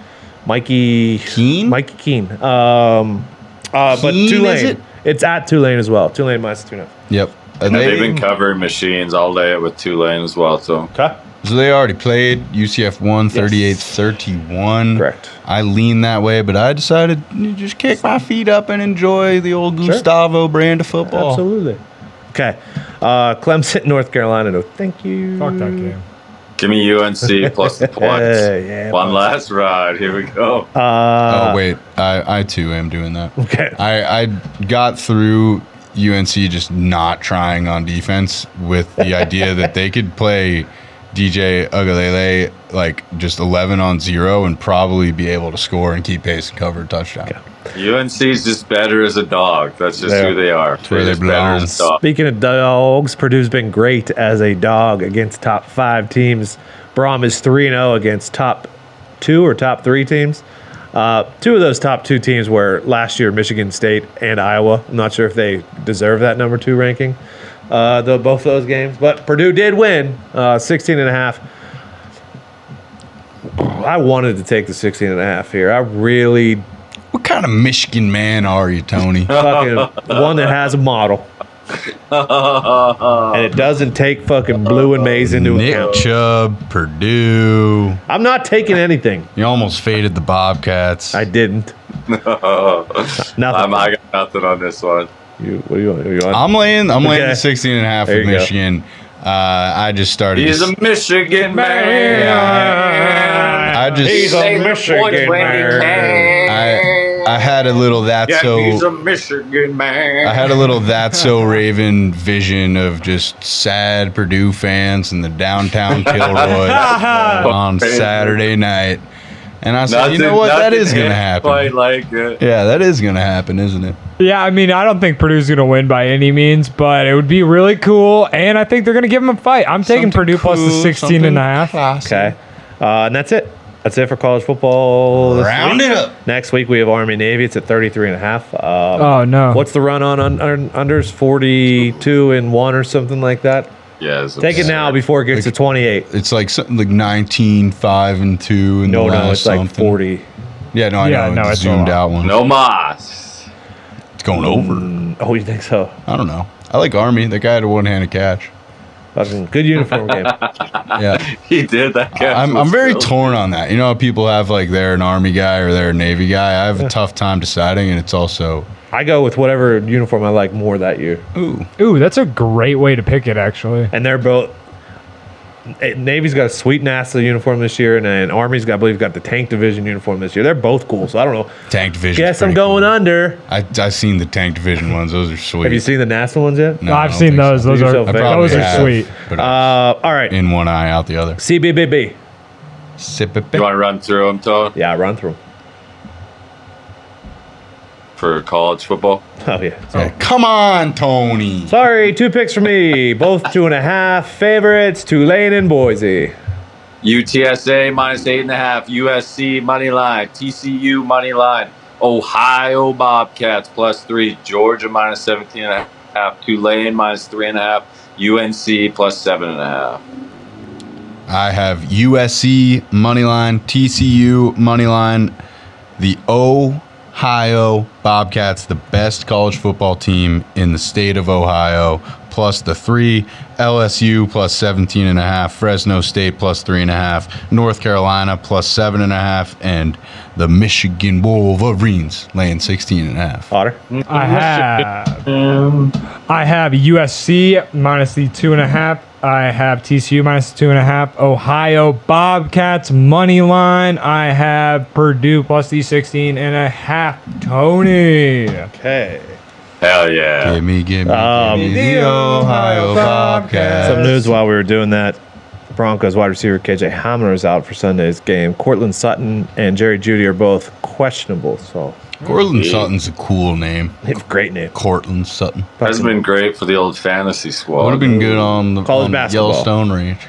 A: Mikey
C: Keen?
A: Mikey Keen. Um, uh, but
C: Keen, is
A: Tulane.
C: it?
A: It's at Tulane as well. Tulane minus two and a half.
C: Yep. And
B: They, have been covering machines. I'll lay it with Tulane as well. So
A: Okay.
C: so they already played UCF one 38 31.
A: Correct.
C: I lean that way, but I decided to just kick my feet up and enjoy the old Gustavo brand of football.
A: Absolutely. Okay. Uh, Clemson, North Carolina. No, thank you.
D: Fuck that game.
B: give me UNC plus the points.
A: Yeah, yeah, Uh,
B: one last ride. Here we go.
C: oh wait, I, I too am doing that.
A: Okay.
C: I, I got through UNC just not trying on defense with the idea that they could play DJ Ugalele like just 11 on zero and probably be able to score and keep pace and cover a touchdown.
B: UNC's just better as a dog. That's just
A: Yeah.
B: who they are.
C: where
B: They're
C: they
B: just better
C: belong.
B: as a dog.
A: Speaking of dogs, Purdue's been great as a dog against top five teams. Brom is 3 0 against top two or top three teams. Uh, two of those top two teams were last year Michigan State and Iowa. I'm not sure if they deserve that number two ranking, uh, though both those games. But Purdue did win uh, 16 and a half. I wanted to take the 16 and a half here. I really
C: What kind of Michigan man are you, Tony?
A: fucking one that has a model. and it doesn't take fucking blue and maize into
C: Nick
A: account.
C: Chubb, Purdue.
A: I'm not taking anything.
C: You almost faded the Bobcats.
A: I didn't.
B: I'm,
A: Nothing.
B: I got nothing on this one.
A: you, what are you on? Are you on?
C: I'm laying. I'm laying
A: Okay.
C: the 16 and a half
A: There
C: with
A: you go.
C: Michigan. Uh, I just started.
B: He's
C: to-
B: a Michigan man.
C: I just.
A: He's a
B: Say the
A: Michigan
B: points when he
A: man.
C: I I had a little that
B: Yeah,
C: so
B: he's a Michigan man.
C: I had a little that so Raven vision of just sad Purdue fans in the downtown Kilroy on Saturday night, and I said, you know what, that
B: nothing
C: is gonna
B: hits
C: happen.
B: Quite like it.
C: Yeah, that is gonna happen, isn't it?
D: Yeah, I mean, I don't think Purdue's going to win by any means, but it would be really cool, and I think they're going to give them a fight. I'm taking Purdue plus the 16 and a half.
A: Okay. Uh, and that's it. That's it for college football. this
C: Round
A: week.
C: it up.
A: Next week we have Army Navy. It's at 33 and a half. Um,
D: Oh, no.
A: What's the run on un- un- unders? 42 and 1 or something like that?
B: Yeah, it's
A: Take it now before it gets to 28.
C: It's like something like 19, 5, and 2, and
A: No,
C: the
A: no,
C: last
A: it's like
C: something.
A: 40.
C: Yeah, no, I
D: Yeah,
C: know.
D: no,
C: it's
D: it's a
C: zoomed
D: lot.
C: out one.
B: No mas.
C: It's going over.
A: Oh, you think so?
C: I don't know. I like Army. That guy had a one handed catch.
A: Fucking good uniform game.
B: Ah.
C: Yeah.
B: He did that guy.
C: I'm, I'm very torn on that. You know, how people have like they're an army guy or they're a navy guy. I have a tough time deciding, and it's also
A: I go with whatever uniform I like more that year,
C: ooh,
D: Ooh, that's a great way to pick it, actually.
A: and they're both. eh, Navy's got a sweet NASA uniform this year, and then Army's got, I believe, got the tank division uniform this year. They're both cool, so I don't know.
C: tank division.
A: Guess I'm going under.
C: I I seen the tank division ones. Those are sweet.
A: Have you seen the NASA ones yet?
C: No, I
D: I've
C: don't
D: seen
C: think
D: those.
C: so.
D: Those are
A: Yourself,
C: I
A: Those
C: probably
D: those are
C: have,
D: sweet.
C: But
A: Uh, all right,
C: in one eye, out the other.
A: CBBB.
C: Sip it.
B: You want to run through him, Todd,
A: Yeah, run through 'em.
B: for college football?
A: Oh yeah.
C: Yeah, Come on, Tony.
A: Sorry, two picks for me. Both two and a half favorites. Tulane and Boise.
B: UTSA minus eight and a half. USC money line. TCU money line. Ohio Bobcats plus three. Georgia minus 17 and a half. Tulane minus three and a half. UNC plus seven and a half.
C: I have USC money line, TCU money line, the Ohio Bobcats, the best college football team in the state of Ohio, plus the three, LSU plus 17 and a half, Fresno State plus three and a half, North Carolina plus seven and a half, and the Michigan Wolverines laying 16 and a half.
A: Otter.
D: I have. I have USC minus the two and a half. I have TCU minus the two and a half. Ohio Bobcats money line. I have Purdue plus the 16 and a half. Tony.
A: Okay.
B: Hell yeah.
C: Give me, give me,
A: Um,
C: give me the Ohio Bobcats.
A: Some news while we were doing that. Broncos wide receiver KJ Hamler is out for Sunday's game. Cortland Sutton and Jerry Judy are both questionable. So,
C: Cortland Sutton's a cool name.
A: they have a great name.
C: Cortland Sutton.
B: Has been great for the old fantasy squad.
C: Would have been good on the
A: College
C: on
A: basketball.
C: Yellowstone Ranch.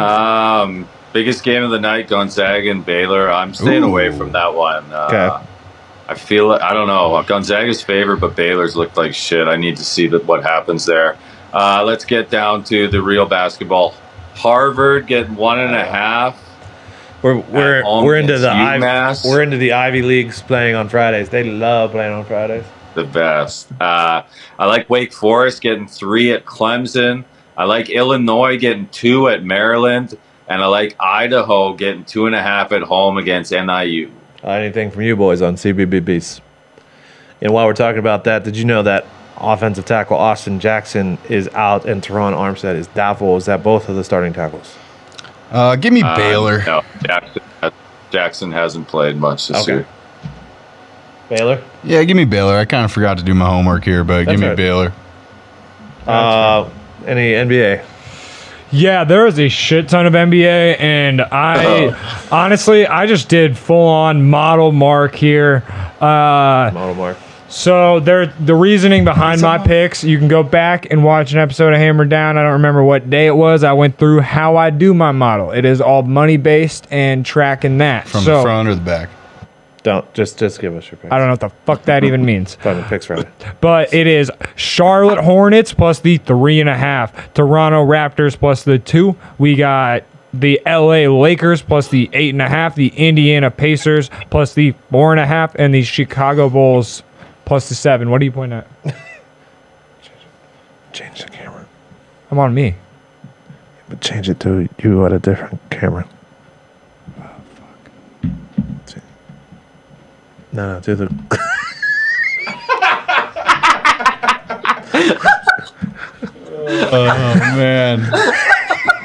B: Um, biggest game of the night, Gonzaga and Baylor. I'm staying
C: Ooh.
B: away from that one. Uh,
A: Okay.
B: I feel it. I don't know. Gonzaga's favored, but Baylor's looked like shit. I need to see that what happens there. Uh, let's get down to the real basketball. Harvard getting one and a half.
A: We're we're,
B: At home
A: we're into
B: against
A: the Ivy,
B: UMass.
A: we're into the Ivy leagues playing on Fridays. They love playing on Fridays.
B: the best. Uh, I like Wake Forest getting three at Clemson. I like Illinois getting two at Maryland, and I like Idaho getting two and a half at home against NIU.
A: Uh, anything from you boys on CBBBs? And while we're talking about that, did you know that offensive tackle Austin Jackson is out and Teron Armstead is doubtful? Is that both of the starting tackles?
C: Uh, give me
B: Uh,
C: Baylor.
B: No, Jackson, Jackson hasn't played much this
A: Okay.
B: year.
A: Baylor.
C: Yeah, give me Baylor. I kind of forgot to do my homework here, but
A: That's
C: give me
A: all right.
C: Baylor.
A: Uh, any NBA?
D: Yeah, there is a shit ton of NBA, and I honestly, I just did full on model mark here. Uh,
A: Model Mark.
D: So there, the reasoning behind my picks, you can go back and watch an episode of Hammer Down. I don't remember what day it was. I went through how I do my model. It is all money based and tracking that.
C: From
D: so
C: the front or the back?
A: Don't just just give us your picks.
D: I don't know what the fuck that even means.
A: Fucking picks right.
D: But it is Charlotte Hornets plus the three and a half, Toronto Raptors plus the two. We got the LA Lakers plus the eight and a half, the Indiana Pacers plus the four and a half, and the Chicago Bulls plus the seven. What do you point at?
A: Change the camera,
D: I'm on me.
A: but change it to you on a different camera. Oh, No, no, do the.
C: Oh man,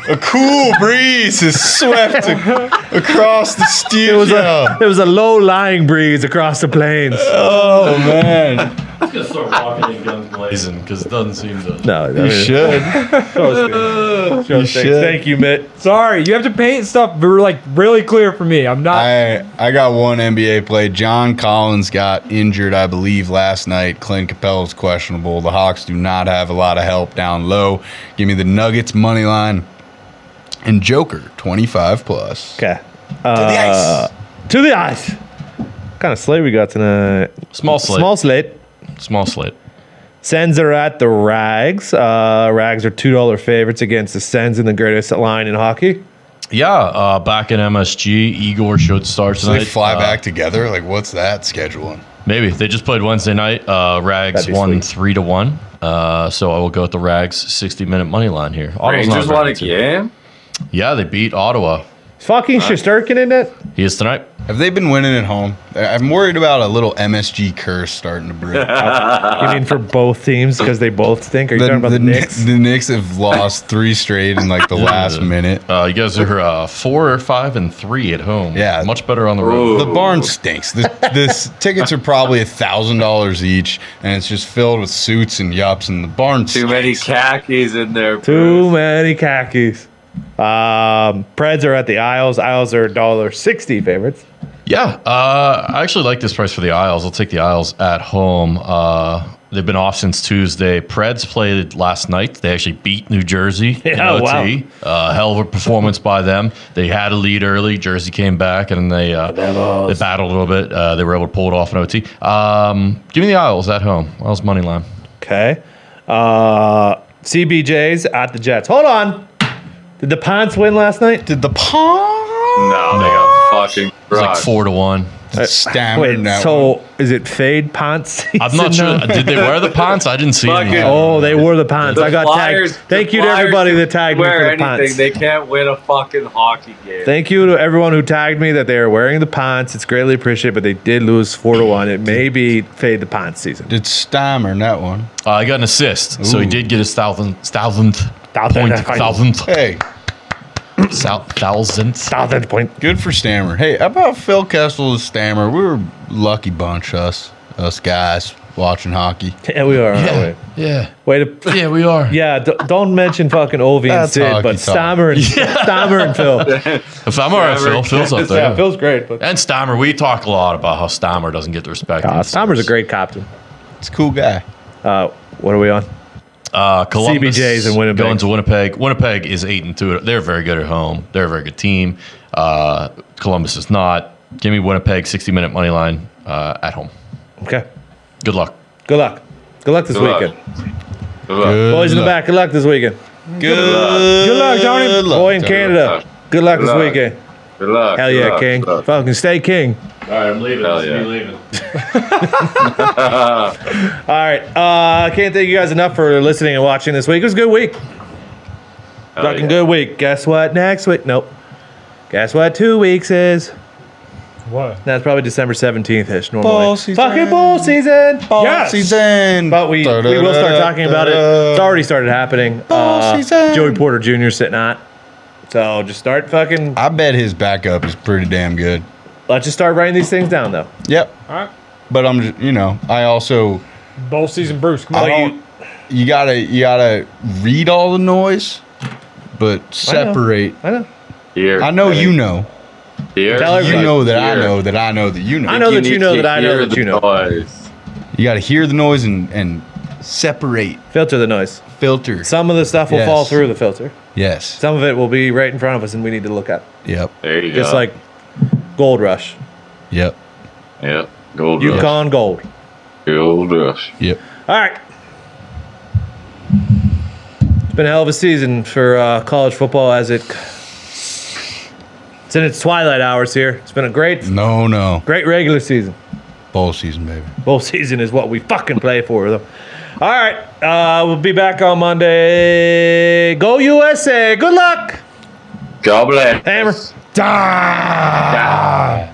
C: a cool breeze has swept a- across the
A: It
C: steel.
A: was a it was a low lying breeze across the plains.
C: oh man,
F: gonna start walking in guns blazing because it doesn't seem to.
A: No, I mean,
C: you should.
A: Thanks.
C: should.
A: Thank you, Mitt.
D: Sorry, you have to paint stuff ver- like really clear for me. I'm not.
C: I I got one NBA play. John Collins got injured, I believe, last night. Clint Capella is questionable. The Hawks do not have a lot of help down low. Give me the Nuggets money line and Joker twenty five plus.
A: Okay. to the ice. Uh, To the ice. What kind of slate we got tonight?
F: Small slate.
A: Small
F: Small,
A: slate.
F: slate.
A: Sens are at the Rags. Uh, Rags are two dollar favorites against the Sens in the greatest line in hockey.
F: Yeah, uh, back in MSG, Igor should start
C: So
F: tonight.
C: they fly
F: Uh,
C: back together. Like, what's that scheduling?
F: Maybe they just played Wednesday night. Uh, Rags
A: That'd be
F: won
A: sweet.
F: three to one. Uh, so I will go with the Rags 60 minute money line here. Ottawa's not
B: Rangers won a
F: ranked.
B: game.
F: Yeah, they beat Ottawa.
A: Fucking Shisterkin in it.
F: He is tonight.
C: Have they been winning at home? I- I'm worried about a little MSG curse starting to brew. the,
B: Uh,
A: You mean for both teams because they both stink? Are you talking about the,
C: Kn-
A: Knicks?
C: the Knicks have lost three straight in like the last minute.
F: Uh, you guys are uh, four or five and three at home.
C: Yeah.
F: Much better on the road.
C: The barn stinks. This, this tickets are probably a thousand dollars each, and it's just filled with suits and yups. And the barn
B: Too
C: stinks.
B: many khakis in there.
A: Too
B: Bruce.
A: many khakis. Um, Preds are at the Isles. Isles are dollar sixty favorites.
F: Yeah, uh, I actually like this price for the Isles. I'll take the Isles at home. Uh, they've been off since Tuesday. Preds played last night. They actually beat New Jersey. in
A: Yeah,
F: OT. Uh, hell of a performance by them. They had a lead early. Jersey came back and they uh, they battled a little bit. Uh, they were able to pull it off in OT. Um, give me the Isles at home. Isles money line.
A: Okay. Uh, CBJ's at the Jets. Hold on. Did the Ponts win last night?
C: Did the pawn
B: No, they got fucking
F: It's like
B: crushed.
F: four to one.
C: stammered
A: Wait,
C: that
A: so
C: one.
A: is it Fade Ponts?
F: I'm not sure. Did they wear the pants? I didn't see
B: Fucking-
F: any.
A: Oh, they wore the Ponts.
B: The
A: I got
B: Flyers-
A: tagged. Thank
B: the
A: you to
B: Flyers
A: everybody that
B: didn't
A: tagged me
B: wear
A: for the
B: anything.
A: Ponts.
B: They can't win a fucking hockey game.
A: Thank you to everyone who tagged me that they are wearing the Ponts. It's greatly appreciated, but they did lose four to one. It may be Fade the Ponts season.
C: Did Stammer that one?
F: Uh, I got an assist, so he
C: Ooh.
F: did get his thousandth, thousandth point, thousandth,
C: Hey,
F: sou- thousandth.
A: Thousand point.
C: good for Stammer. Hey, how about Phil Kessel and Stammer? We were a lucky bunch, us us guys watching hockey.
A: Yeah, we are. Aren't we?
F: yeah,
A: Way to.
F: yeah, we are.
A: Yeah, d- don't mention fucking Ovi and
C: That's
A: Sid,
C: hockey
A: but
C: talk.
A: Stammer and Stammer and Phil.
F: If I'm all right, Phil, Phil's up there.
A: Phil's great, but
F: and Stammer, we talk a lot about how Stammer doesn't get the respect. in
A: Ah, Stammer's a
F: sports.
A: great captain.
C: It's a cool guy.
A: Uh, what are we on?
F: Uh, Columbus
A: CBJs in Winnipeg.
F: Going to Winnipeg. Winnipeg is eight and two. They're very good at home. They're a very good team. Uh, Columbus is not. Give me Winnipeg sixty minute money line uh, at home.
A: Okay.
F: Good luck.
A: Good luck. Good luck this
B: Good luck.
A: weekend.
B: Good luck.
A: Boys in the back, good luck this weekend.
C: Good,
A: Good luck, Tony.
C: luck,
A: Boy in
C: Tony.
A: Canada. Good luck
B: Good
A: this
B: luck.
A: weekend.
B: Good luck.
A: Hell
B: good
A: yeah,
B: luck,
A: King.
B: good luck.
A: Fucking stay King.
F: All right, I'm leaving.
B: Hell This is yeah. me
F: leaving.
A: All right. Uh, I can't thank you guys enough for listening and watching this week. It was a good week.
B: Hell
A: Fucking
B: yeah.
A: good week. Guess what next week? Nope. Guess what two weeks is?
D: What?
A: That's probably December 17th ish normally.
C: Ball season.
A: Fucking bull season.
D: Yes.
C: Season.
A: But we, we will start talking about it. It's already started happening. Uh,
C: Ball season.
A: Joey Porter Jr. sitting hot. So just start fucking.
C: I bet his backup is pretty damn good.
A: Let's just start writing these things down though.
C: Yep.
D: All right.
C: But I'm, ju- you know, I also
D: Bowl season, Bruce. Come on.
C: I don't. You gotta, you gotta read all the noise, but separate.
A: I know.
B: Here.
C: I know, you know.
B: Here.
A: Tell
C: You
A: everybody.
C: know that I
B: Here.
C: know that I know that you know.
A: I know that you
B: need
A: know
B: to
A: that I know
B: hear
A: that you
B: the
A: know.
B: noise.
C: You gotta hear the noise and and separate,
A: Filter the noise.
C: filter.
A: Some of the stuff will
C: Yes.
A: fall through the filter.
C: Yes.
A: Some of it will be right in front of us, and we need to look up.
C: Yep.
B: There you go.
A: Just like Gold Rush,
C: Yep.
B: Yep. Gold rush.
A: Yukon Gold.
B: Gold rush.
C: Yep.
A: All right. It's been a hell of a season for uh, college football as it. It's in its twilight hours here. It's been a great,
C: No, no.
A: great regular season.
C: Bowl season, baby.
A: Bowl season is what we fucking play for, though. All right, uh, we'll be back on Monday. Go USA! Good luck,
B: God bless.
A: Hammer.
B: God.